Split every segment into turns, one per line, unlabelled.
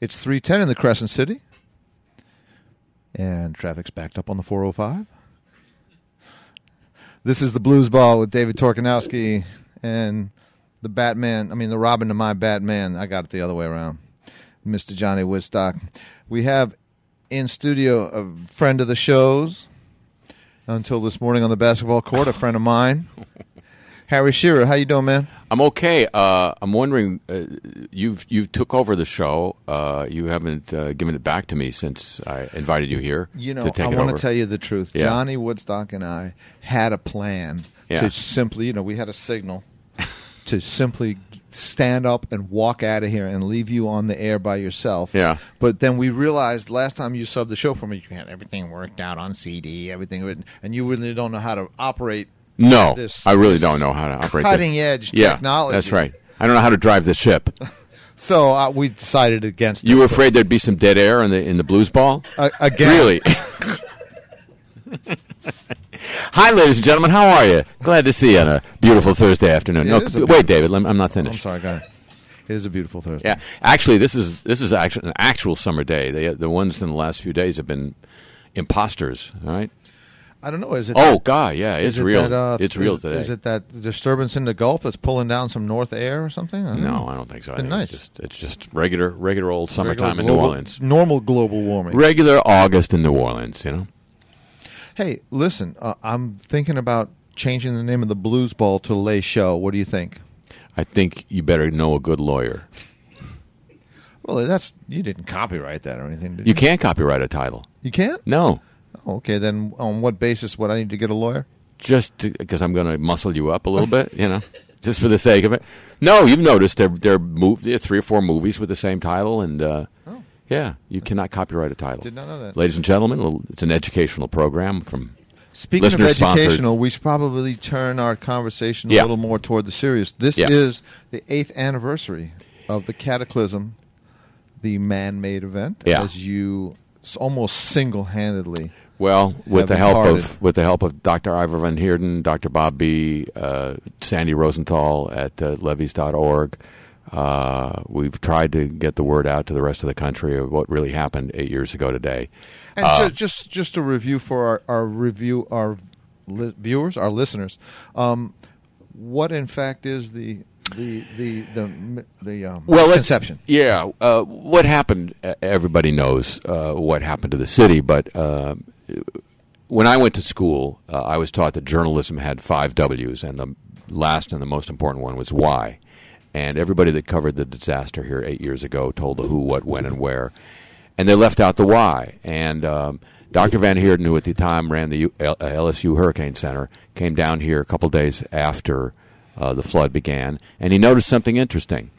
It's 310 in the Crescent City. And traffic's backed up on the 405. This is the Blues Ball with David Torkanowski and the Batman. I mean, the Robin to my Batman. I got it the other way around. Mr. Johnny Woodstock. We have in studio a friend of the shows until this morning on the basketball court, a friend of mine. Harry Shearer, how you doing, man?
I'm okay. Uh, I'm wondering, uh, you've you took over the show. Uh, you haven't uh, given it back to me since I invited you here.
You know,
to take
I
it
want
over.
to tell you the truth.
Yeah.
Johnny Woodstock and I had a plan
Yeah.
to simply, you know, we had a signal to simply stand up and walk out of here and leave you on the air by yourself.
Yeah.
But then we realized last time you subbed the show for me, you had everything worked out on CD, everything written, and you really don't know how to operate
No,
this-
I really
this
don't know how to operate this.
cutting edge
yeah,
technology.
That's right. I don't know how to drive the ship.
So uh, we decided against
You
it.
were afraid there'd be some dead air in the in the blues ball.
A- again.
Really? Hi, ladies and gentlemen. How are you? Glad to see you on a beautiful Thursday afternoon.
It
no,
is a
wait,
beautiful-
David. lem- I'm not finished.
I'm sorry, go ahead. It is a beautiful Thursday.
Yeah, actually, this is this is actually an actual summer day. They, the ones in the last few days have been imposters. All right.
I don't know. Is it
Oh God, yeah, it's
Is it
real.
that, uh,
it's real
is,
today.
Is it that disturbance in the Gulf that's pulling down some north air or something? I don't
no,
know.
I don't think so. I
Been
think
nice.
it's, just, it's just regular, regular old summertime
Regular
in New
global-
Orleans.
Normal global warming.
Regular August in New Orleans. You know.
hey, listen, uh, I'm thinking about changing the name of the Blues Ball to Lay Show. What do you think?
I think you better know a good lawyer.
Well, that's you didn't copyright that or anything, did you?
You can't copyright a title.
You can't.
No,
Oh, okay, then on what basis would I need to get a lawyer?
just because I'm going to muscle you up a little bit. You know, just for the sake of it. No, you've noticed there there are mov- there are three or four movies with the same title, and uh,
Oh.
yeah, you cannot copyright a title.
Did not know that.
Ladies and gentlemen, it's an educational program from.
Speaking of
Listener-sponsored.
educational, we should probably turn our conversation a
Yeah.
little more toward the serious. This
Yeah.
is the eighth anniversary of the Cataclysm, the man-made event,
Yeah.
as you s- almost single-handedly.
Well, with the
Have
help
imparted.
of with the help of Dr. Ivor Van Heerden, Dr. Bob B, uh, Sandy Rosenthal at uh, levees.org, uh, we've tried to get the word out to the rest of the country of what really happened eight years ago today.
And
Uh.
ju- just just a review for our, our review our li- viewers, our listeners. Um, what in fact is the the the the m- the um,
let's-
conception?
Yeah, uh, what happened? e- Everybody knows uh, what happened to the city, but uh, when I went to school, uh, I was taught that journalism had five W's, and the last and the most important one was why. And everybody that covered the disaster here eight years ago told the who, what, when, and where, and they left out the why. And um, Dr. Van Heerden, who at the time ran the U- L- uh, LSU Hurricane Center, came down here a couple days after uh, the flood began, and he noticed something interesting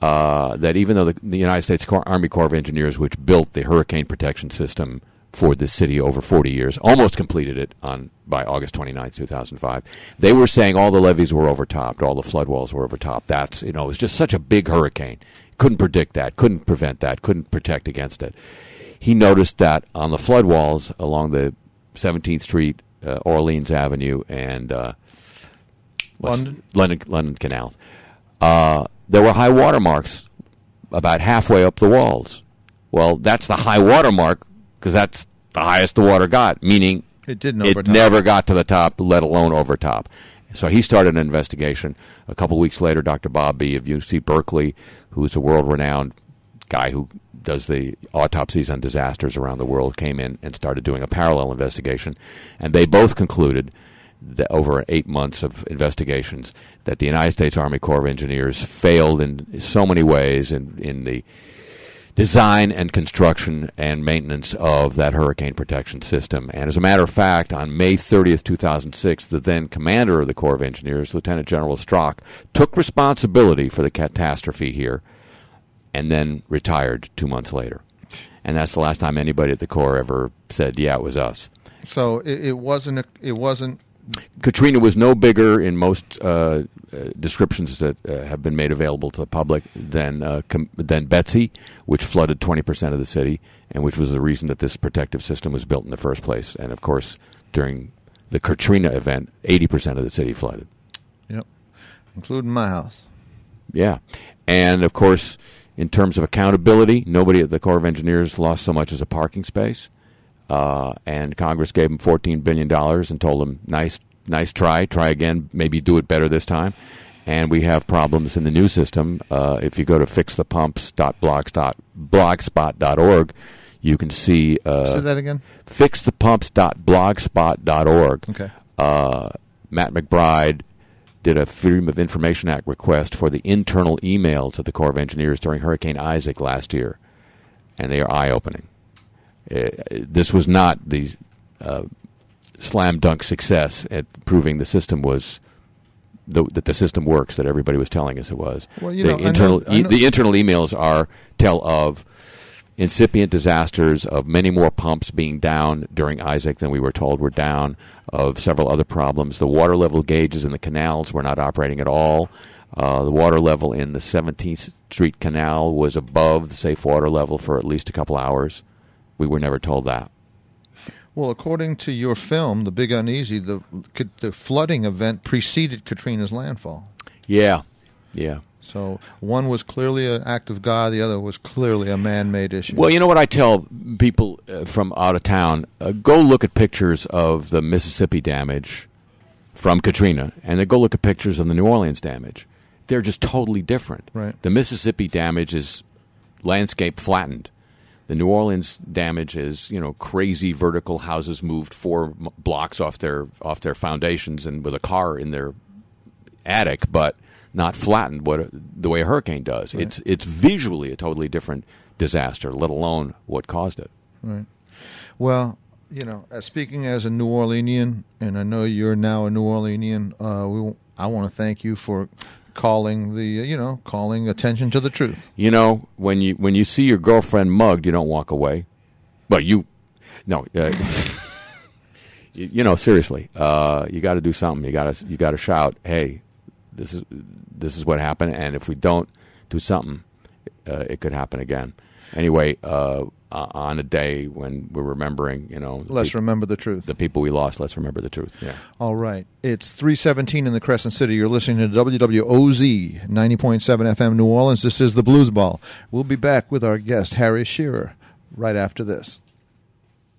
uh, that even though the, the United States Cor- Army Corps of Engineers, which built the hurricane protection system for this city over 40 years, almost completed it on by August 29, 2005, they were saying all the levees were overtopped, all the flood walls were overtopped. That's you know it was just such a big hurricane. Couldn't predict that. Couldn't prevent that. Couldn't protect against it. He noticed that on the flood walls along the 17th Street, uh, Orleans Avenue, and uh, what's-
London?
London, London canals. Uh, there were high water marks about halfway up the walls. Well, that's the high water mark because that's the highest the water got, meaning
It didn't
it
overtop.
never got to the top, let alone overtop. So he started an investigation. A couple weeks later, Dr. Bob B. of UC Berkeley, who's a world renowned guy who does the autopsies on disasters around the world, came in and started doing a parallel investigation. And they both concluded that over eight months of investigations that the United States Army Corps of Engineers failed in so many ways in, in the design and construction and maintenance of that hurricane protection system. And as a matter of fact, on May 30th, 2006, the then commander of the Corps of Engineers, Lieutenant General Strock, took responsibility for the catastrophe here and then retired two months later. And that's the last time anybody at the Corps ever said, yeah, it was us.
So it, it wasn't a, it wasn't
Katrina was no bigger in most uh, uh, descriptions that uh, have been made available to the public than uh, com- than Betsy, which flooded twenty percent of the city, and which was the reason that this protective system was built in the first place. And of course, during the Katrina event, eighty percent of the city flooded.
yep, including my house.
Yeah, and of course, In terms of accountability, nobody at the Corps of Engineers lost so much as a parking space. Uh, and Congress gave them $14 billion and told them, nice, nice try, try again, maybe do it better this time. And we have problems in the new system. Uh, if you go to fixthepumps.blogspot.org, you can see
Say
uh,
that again.
fixthepumps.blogspot.org
Okay.
uh, Matt McBride did a Freedom of Information Act request for the internal emails of the Corps of Engineers during Hurricane Isaac last year, and they are eye opening. This was not the uh, slam dunk success at proving the system was. The, that the system works that everybody was telling us it was.
Well, you
the
know, I know-
internal
I
e-
know-
the internal emails are tell of incipient disasters of many more pumps being down during Isaac than we were told were down, of several other problems. The water level gauges in the canals were not operating at all. Uh, the water level in the 17th Street Canal was above the safe water level for at least a couple hours. We were never told that.
Well, according to your film, The Big Uneasy, the the flooding event preceded Katrina's landfall.
Yeah, yeah.
So one was clearly an act of God, the other was clearly a man-made issue.
Well, you know what I tell people uh, from out of town: uh, go look at pictures of the Mississippi damage from Katrina, and then go look at pictures of the New Orleans damage. They're just totally different.
Right.
The Mississippi damage is landscape flattened. The New Orleans damage is you know crazy vertical houses moved four m- blocks off their off their foundations and with a car in their attic, but not flattened what the way a hurricane does. It's it's visually a totally different disaster, let alone what caused it.
Well, you know, uh, speaking as a New Orleanian, and I know you're now a New Orleanian, uh, we, I want to thank you for calling the, uh, you know, calling attention to the truth.
You know, when you when you see your girlfriend mugged, you don't walk away. But you, no, uh, you, you know, seriously, uh, you got to do something. You got to you got to shout, hey, this is this is what happened, and if we don't do something, uh, it could happen again. Anyway, uh, o- on a day when we're remembering, you know, the
Let's
peop-
remember the truth.
the people we lost. Let's remember the truth. Yeah.
All right. It's 317 in the Crescent City. You're listening to WWOZ 90.7 FM New Orleans. This is the Blues Ball. We'll be back with our guest, Harry Shearer, right after this.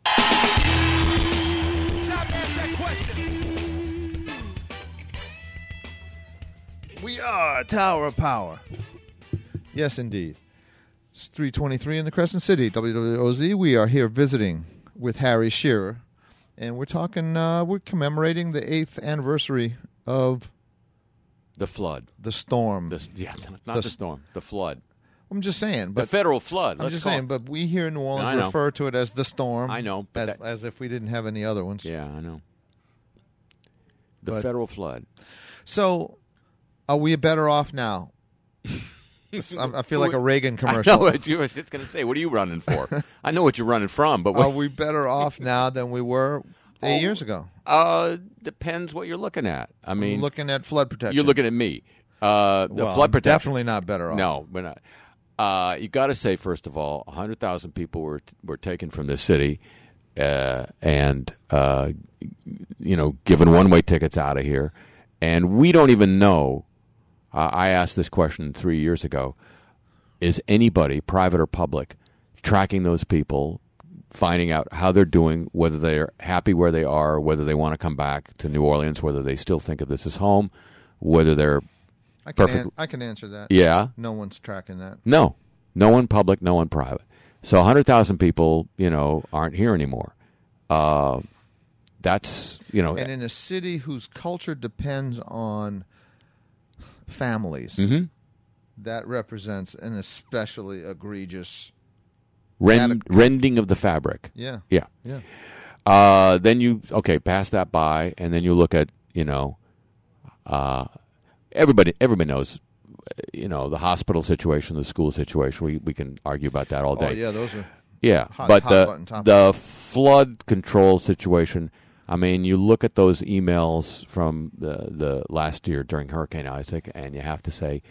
Time to ask that question.
We are Tower of Power. Yes, indeed. It's 323 in the Crescent City, WWOZ. We are here visiting with Harry Shearer, and we're talking, uh, we're commemorating the eighth anniversary of
The flood.
the storm.
The, yeah, not the,
The s-
storm. The flood.
I'm just saying,
The
but
federal flood.
I'm
Let's
just
call it-
saying, but we here in New
I know.
Orleans refer to it as the storm.
I know, but
as,
that-
as if we didn't have any other ones.
Yeah, I know. The
But-
federal flood.
So, are we better off now? This- I I feel like a Reagan
I
commercial.
know what you was just going to say. What are you running for? I know what you're running from, but
Are
what,
we better off now than we were eight
Oh,
years ago?
uh, depends what you're looking at. I mean,
looking at flood protection.
you're looking at me. Uh, the
well,
flood
I'm
protection.
Definitely not better off.
No, we're not. Uh, you got to say first of all, hundred thousand people were were taken from this city, uh, and uh, you know, given one way tickets out of here, and we don't even know. Uh, I asked this question three years ago: Is anybody, private or public, tracking those people? Finding out how they're doing, whether they're happy where they are, whether they want to come back to New Orleans, whether they still think of this as home, whether they're
I can,
perfect-
an- I can answer that.
yeah,
No one's tracking that.
no, no one public, no one private. So 100,000 people, you know, aren't here anymore. Uh, that's, you know,
And in a city whose culture depends on families, that represents an especially egregious.
rend, rending of the fabric.
Yeah.
Yeah.
Yeah.
Uh, then you, okay, pass that by, and then you look at, you know, uh, everybody, everybody knows, uh, you know, the hospital situation, the school situation. We, we can argue about that all day.
Oh, yeah, those are.
Yeah,
Hot-
but
hot
the
button topic.
the flood control situation. I mean, you look at those emails from the the last year during Hurricane Isaac, and you have to say,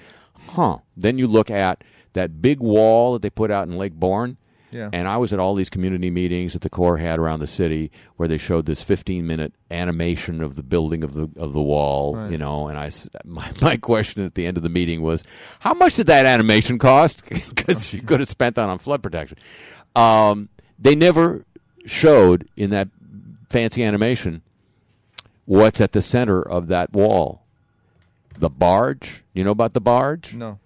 "Huh." Then you look at that big wall that they put out in Lake Bourne,
Yeah.
And I was at all these community meetings that the Corps had around the city where they showed this 15 minute animation of the building of the of the wall,
Right.
you know. And I, s- my, my question at the end of the meeting was, how much did that animation cost? Because you could have spent that on flood protection. Um, they never showed in that fancy animation what's at the center of that wall. The barge. You know about the barge?
No.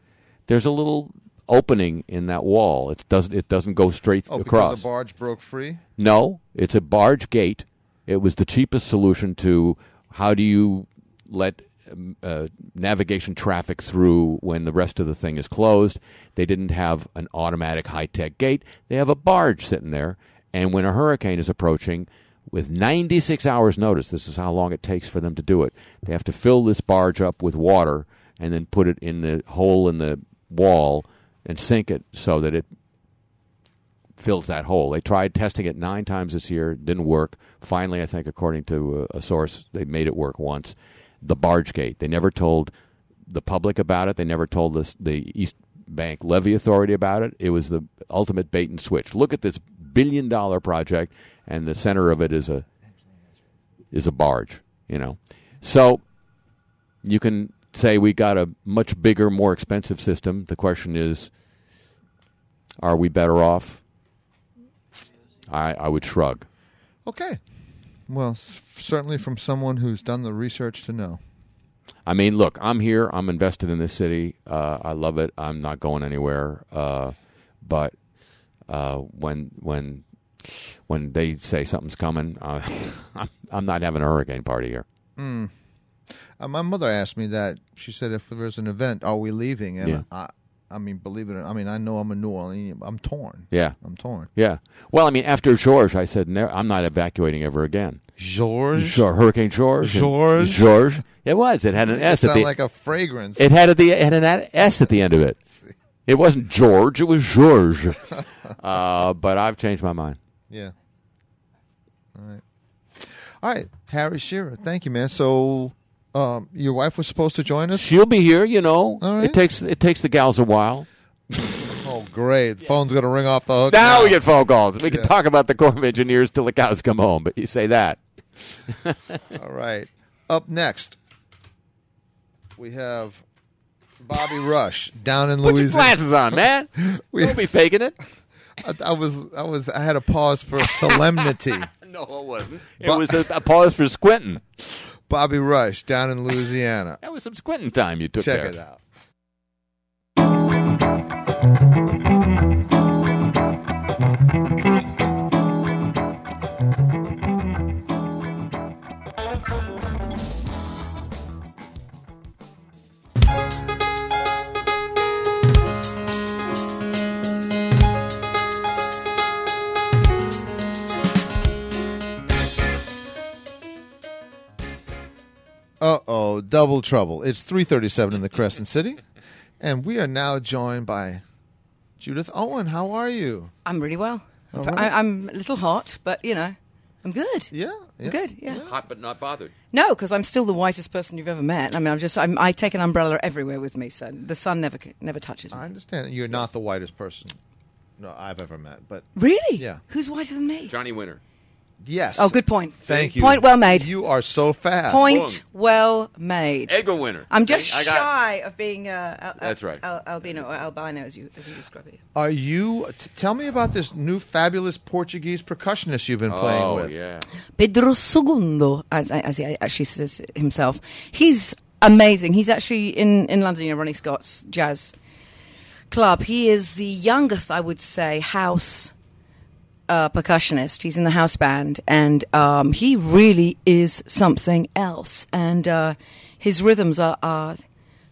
there's a little opening in that wall. It doesn't it doesn't go straight
Oh, because
across.
the barge broke free.
no, it's a barge gate. It was the cheapest solution to how do you let um, uh, navigation traffic through when the rest of the thing is closed. They didn't have an automatic high tech gate. They have a barge sitting there, and when a hurricane is approaching. With 96 hours' notice, this is how long it takes for them to do it. They have to fill this barge up with water and then put it in the hole in the wall and sink it so that it fills that hole. They tried testing it nine times this year, didn't work. Finally, I think, according to uh, a, a source, they made it work once. The barge gate. They never told the public about it. They never told this, the East Bank Levy Authority about it. It was the ultimate bait and switch. Look at this billion dollar project, and the center of it is a is a barge. You know, so you can say we got a much bigger, more expensive system. The question is, are we better off? I, I would shrug.
Okay. Well, s- certainly from someone who's done the research to know.
I mean, look, I'm here. I'm invested in this city. Uh, I love it. I'm not going anywhere. Uh, but uh, when when when they say something's coming, uh, I'm, I'm not having a hurricane party here.
Uh, my mother asked me that. She said, "If there's an event, are we leaving?" And
Yeah.
I, I mean, believe it or I mean, I know I'm a New Orleans. I'm torn.
Yeah,
I'm torn.
yeah. Well, I mean, after George, I said ne- I'm not evacuating ever again.
George.
Sure, Hurricane George. and-
George?
George. It was. It had an
It
S at
sounds
the.
like a fragrance.
it had at the it had an S at the end of it. It wasn't George. It was George. uh, but I've changed my mind.
yeah. All right. All right, Harry Shearer. Thank you, man. So, um, your wife was supposed to join us.
She'll be here, you know.
All right.
It takes it takes the gals a while.
Oh, great! The phone's gonna ring off the hook.
Now we get phone calls. We can
Yeah.
talk about the Corps of Engineers till the cows come home. But you say that.
All right. Up next, we have Bobby Rush down in
Put your
Louisiana.
glasses on, man.
We-
Don't be faking it.
I, I was, I was, I had a pause for solemnity.
No, it wasn't. It
But-
was a, a pause for squinting.
Bobby Rush down in Louisiana.
That was some squinting time you took
Check
there.
it out. Uh-oh, double trouble. It's 3:37 in the Crescent City, and we are now joined by Judith Owen. How are you?
I'm really well.
All
I,
right.
I'm a little hot, but you know, I'm good.
Yeah,
I'm good. Yeah.
Hot but not bothered.
No, because I'm still the whitest person you've ever met. I mean, I'm just I'm, I take an umbrella everywhere with me, so the sun never c- never touches me.
I understand. You're not the whitest person no, I've ever met, but
really?
Yeah.
Who's whiter than me?
Johnny Winter.
yes.
Oh, good point.
Thank you.
Point well made.
You are so fast.
Point well made.
Winter.
I'm just
I got-
shy of being uh, al- al-
That's right.
al- albino or albino as you as you describe it.
Are you? T- tell me about this new fabulous Portuguese percussionist you've been
Oh,
playing with.
Pedro Segundo, as, as he actually says himself. He's amazing. He's actually in, in London, you know, Ronnie Scott's jazz club. He is the youngest, I would say, house uh, percussionist. He's in the house band, and um, he really is something else. And uh, his rhythms are, are,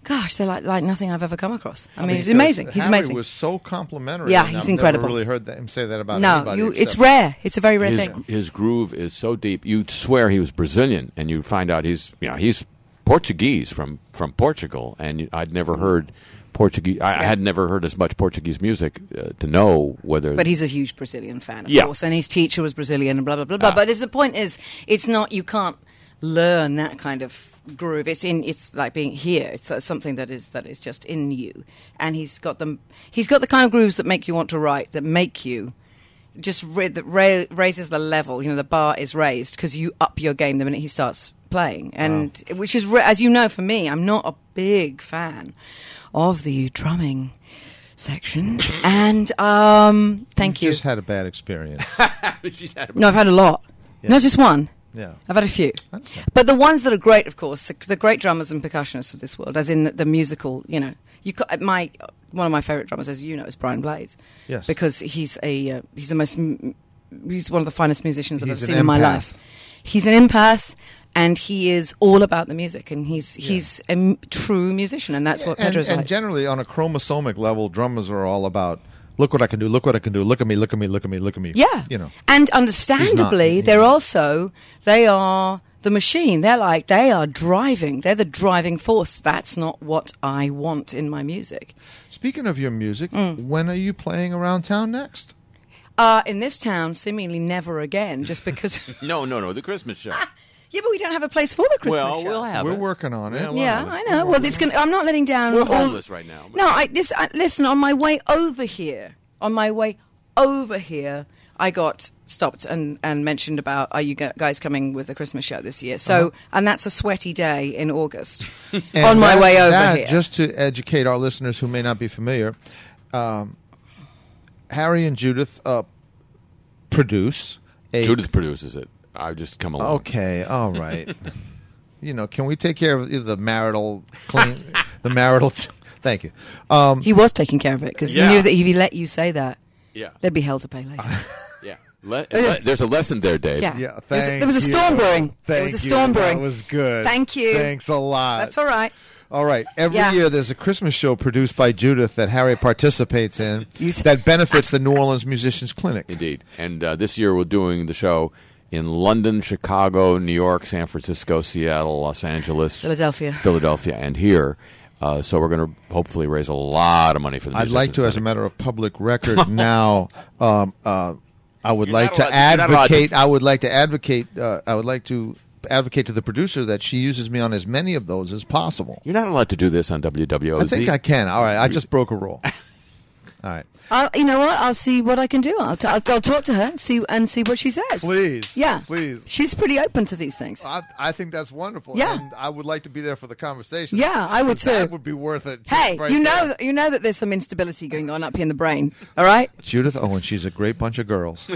gosh, they're like, like nothing I've ever come across. I mean, it's amazing. He's
Harry
amazing.
was so complimentary.
Yeah,
and
he's
I've
incredible.
Never really heard that, him say that about
no,
anybody.
you,
except-
it's rare. It's a very rare
his,
thing.
his groove is so deep. You'd swear he was Brazilian, and you find out he's you know he's Portuguese from from Portugal, and you- I'd never heard Portuguese. I, I had never heard as much Portuguese music uh, to know whether.
But he's a huge Brazilian fan, of
Yeah.
course, and his teacher was Brazilian, and blah blah blah blah. But it's, the point is, it's not you can't learn that kind of groove. It's in. It's like being here. It's uh, something that is that is just in you. And he's got them. He's got the kind of grooves that make you want to write. That make you just ra- that ra- raises the level. You know, the bar is raised because you up your game the minute he starts playing. And which is, ra- as you know, for me, I'm not a big fan of the drumming section. and um, thank you.
Just had a bad experience.
No, I've had a lot. Not just one.
Yeah.
I've had a few. But the ones that are great, of course, the, the great drummers and percussionists of this world, as in the, the musical, you know, you ca- my one of my favorite drummers, as you know, is Brian Blades.
Yes.
Because he's a uh, he's the most m- he's one of the finest musicians I've
He's
ever
an
seen in my
empath.
life. He's an empath. And he is all about the music, and he's he's a m- true musician, and that's what
and,
Pedro's
and
like.
generally on a chromosomic level drummers are all about look what i can do look what i can do look at me look at me look at me look at me
Yeah.
you know
And understandably,
yeah.
they're also they are the machine. They're like they are driving. They're the driving force. That's not what I want in my music.
speaking of your music
Mm.
when are you playing around town next
Uh, in this town, seemingly never again, just because.
No, no, no. The Christmas show.
yeah, but we don't have a place for the Christmas
well,
show.
we'll have
we're
it.
working on it
Yeah, we'll
Uh, Yeah,
have it.
I know. Well, it's gonna, I'm not letting down.
We're
all-
homeless right now.
No, I, this, I, listen, on my way over here, on my way over here, I got stopped and, and mentioned about, are you gu- guys coming with the Christmas show this year? So, and that's a sweaty day in August
Uh-huh. And
on my
that-
way over
that,
here.
just to educate our listeners who may not be familiar um, harry and judith uh, produce a
Judith produces it. I've just come along.
Okay, all right. you know, can we take care of the marital clean, the marital? thank you. Um,
he was taking care of it because
Yeah.
he knew that if he let you say that,
Yeah.
there'd be hell to pay later.
Yeah. Le- le- there's a lesson there, Dave.
Yeah.
yeah,
There was a-
thank
there was a
you.
storm brewing.
Thank
There was a
you.
storm brewing.
That was good.
Thank you.
Thanks a lot.
that's all right.
All right. Every
Yeah.
year there's a Christmas show produced by Judith that Harry participates in
You s-
that benefits the New Orleans Musicians Clinic.
Indeed. And uh, this year we're doing the show in London, Chicago, New York, San Francisco, Seattle, Los Angeles,
Philadelphia.
Philadelphia, and here. Uh, so we're going to hopefully raise a lot of money for the.
I'd like to, as a matter of public record, now. Um, uh, I would like to
not allowed to- you're not allowed to.
advocate. I would like to advocate. Uh, I would like to advocate to the producer that she uses me on as many of those as possible.
You're not allowed to do this on WWOZ.
I think I can. All right, I just broke a rule. All right,
I'll, you know what? I'll see what I can do. I'll, t- I'll, I'll talk to her and see and see what she says.
Please,
yeah,
please.
She's pretty open to these things.
I, I think that's wonderful.
Yeah.
and I would like to be there for the conversation.
Yeah, I would
That
too.
would be worth it. just
Hey,
right
you know
there.
that you know that there's some instability going on up here in the brain. All right,
Judith Owen. She's a great bunch of girls.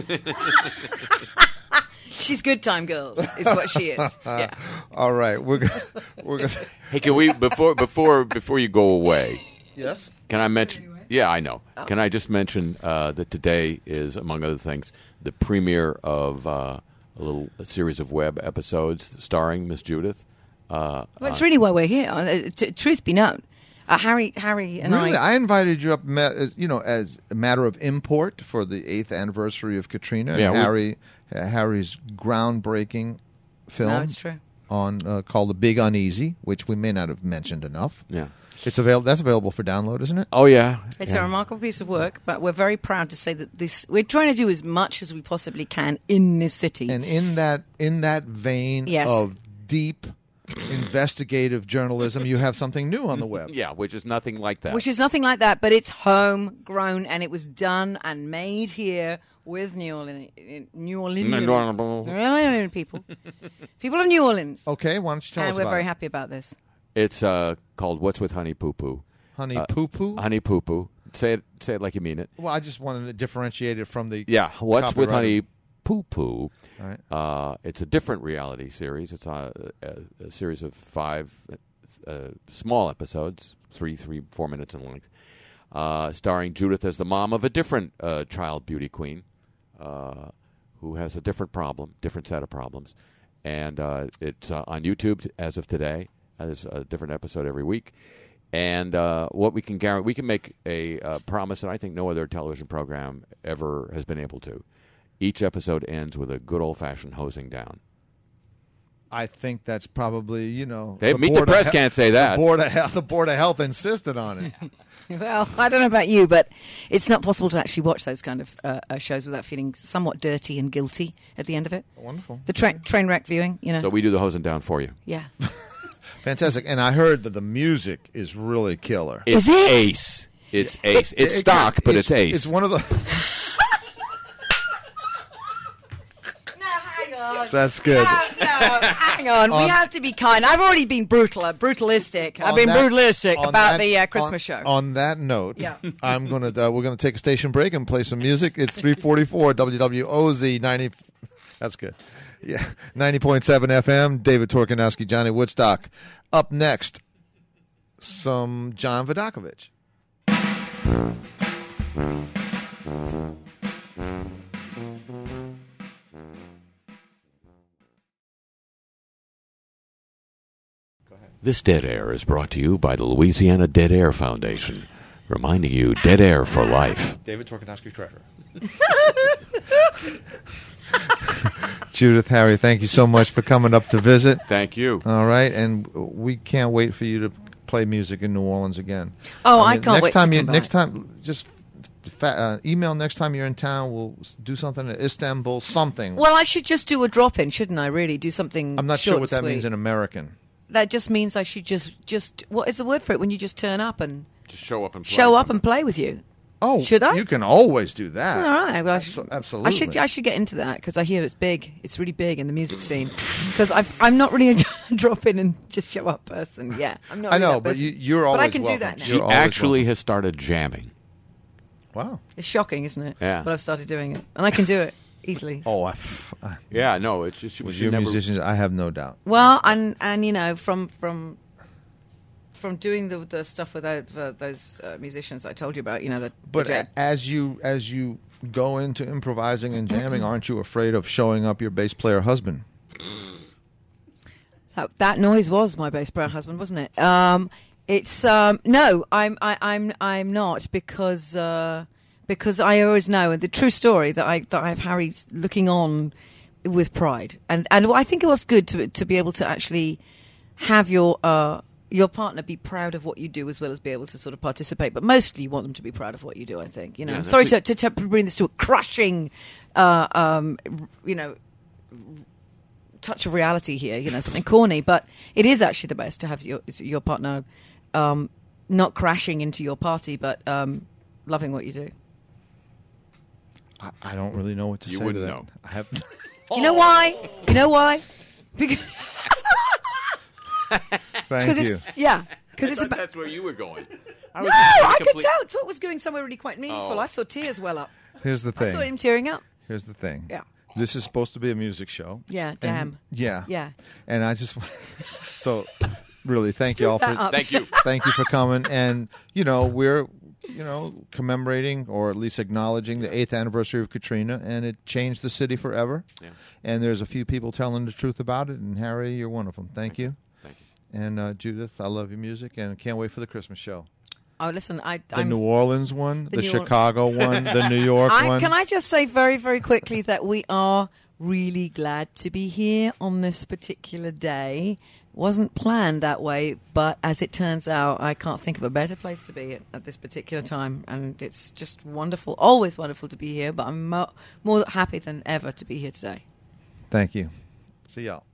she's good time girls. Is what she is. Yeah.
All right, we're gonna, we're gonna,
Hey, can we before before before you go away?
yes.
Can I mention? Yeah, I know.
Oh.
Can I just mention uh, that today is, among other things, the premiere of uh, a little a series of web episodes starring Miss Judith. Uh,
Well, it's really why we're here. Uh, t- truth be known, uh, Harry, Harry, and
really,
I.
I, invited you up, ma- as, you know, as a matter of import for the eighth anniversary of Katrina. and
Yeah, we-
Harry, uh, Harry's groundbreaking film.
No, it's true.
On uh, called the Big Uneasy, which we may not have mentioned enough.
Yeah.
it's available. That's available for download, isn't it?
oh yeah,
It's
yeah.
a remarkable piece of work, but we're very proud to say that this. We're trying to do as much as we possibly can in this city.
And in that in that vein
Yes.
of deep investigative journalism, you have something new on the web.
Yeah, which is nothing like that.
which is nothing like that, but it's homegrown and it was done and made here with New Orleans, New Orleans, New Orleans people, people of New Orleans,
Okay, why don't you Oh, tell
and
us
we're
about
very
it?
happy about this.
It's uh, called "What's with Honey Poo Poo."
Honey
Uh,
Poo Poo.
Honey Poo Poo. Say it. Say it like you mean it.
Well, I just wanted to differentiate it from the
Yeah. What's with
copyrighted-
Honey Poo Poo?
All right.
Uh, it's a different reality series. It's a, a, a series of five uh, small episodes, three, three, four minutes in length, uh, starring Judith as the mom of a different uh, child beauty queen, uh, who has a different problem, different set of problems, and uh, it's uh, on YouTube t- as of today. Uh, There's a different episode every week. And uh, what we can guarantee, we can make a uh, promise that I think no other television program ever has been able to. Each episode ends with a good old fashioned hosing down.
I think that's probably you know
They- Meet the
of
Press
Hea-
can't say that.
The board of health, the board of health insisted on it.
Well, I don't know about you, but it's not possible to actually watch those kind of uh, uh, shows without feeling somewhat dirty and guilty at the end of it.
Wonderful.
The tra- train wreck viewing, you know.
So we do the hosing down for you.
yeah.
Fantastic. And I heard that the music is really killer.
It's
Is it?
ace. It's ace. It's
It- it-
stock, but it's, ace.
It's one of the.
No, hang on.
That's good.
No, no, hang on.
On-
we have to be kind. I've already been brutal, uh, brutalistic. I've
on
been
that-
brutalistic
on
about
that-
the uh,
on-
Christmas show.
On that note,
Yeah.
I'm gonna uh, we're gonna take a station break and play some music. It's 344 WWOZ 90. That's good. Yeah, 90.7 FM. David Torkanowski, Johnny Woodstock. Up next, some John Vodakovich.
This dead air is brought to you by the Louisiana Dead Air Foundation, reminding you dead air for life.
David Torkanowski, treasurer. Judith Harry, thank you so much for coming up to visit.
Thank you.
All right, and we can't wait for you to play music in New Orleans again.
Oh, I can't
next
wait to
Time you,
come back.
Next time, just fa- uh, email next time you're in town. We'll s- do something at Istanbul, something.
well, I should just do a drop in, shouldn't I? Really, do something.
I'm not
short
sure what
and
that
sweet.
means in American.
that just means I should just just what is the word for it when you just turn up and
Just show up and play.
show up and play with you.
Oh,
Should I?
You can always do that.
All right, well, I should,
Abso- absolutely.
I should I should get into that because I hear it's big. It's really big in the music scene because I'm not really a drop in and just show up person. Yeah, I'm not.
I
really
know,
that
but
person.
you, you're
But
always
I can do
welcome.
that now.
She
You're always
actually has started jamming.
welcome. Wow.
It's shocking, isn't it?
Yeah.
But I've started doing it, and I can do it easily.
Oh, I, f- I,
Yeah, no, it's just she
with your musicians, I have no doubt.
Well, and and you know, from from from doing the the stuff with tho- the, those uh, musicians I told you about, you know, the
But
the-
a- as you as you go into improvising
Mm-hmm.
and jamming, aren't you afraid of showing up your bass player husband?
that, that noise was my bass player husband, wasn't it? Um, it's um, no, I'm I, I'm I'm not because uh, because I always know the true story that I that I have Harry looking on with pride, and and I think it was good to to be able to actually have your. Uh, your partner be proud of what you do as well as be able to sort of participate, but mostly you want them to be proud of what you do. I think you know.
Yeah,
I'm
that's
sorry
a-
to, to, to bring this to a crushing, uh, um, r- you know, touch of reality here, you know, something corny, but it is actually the best to have your it's your partner um, not crashing into your party, but um, loving what you do.
I, I don't really know what to
You
say.
wouldn't
to that.
know.
I have.
You know why? You know why? Because
Thank
'cause
you.
it's yeah, because it's about.
where you were going.
No, I could tell. Talk was going somewhere really quite meaningful.
Oh.
I saw tears well up.
Here's the
I saw
thing.
him tearing up.
Here's the thing.
Yeah.
This is supposed to be a music show.
Yeah,
And-
damn.
yeah.
Yeah.
And I just so really thank you all
that
for
up.
Thank you.
thank you for coming and you know we're you know commemorating or at least acknowledging the 8th anniversary of Katrina and it changed the city forever.
Yeah.
And there's a few people telling the truth about it and Harry you're one of them. Thank, you.
Thank you.
And uh, Judith, I love your music and can't wait for the Christmas show.
Oh, listen, I
The
I'm
New Orleans one, the,
New Or-
Chicago one, the New York
I,
one.
Can I just say very, very quickly that we are really glad to be here on this particular day. Wasn't planned that way, but as it turns out, I can't think of a better place to be at, at this particular time, and it's just wonderful. Always wonderful to be here, but I'm mo- more happy than ever to be here today.
Thank you. See y'all.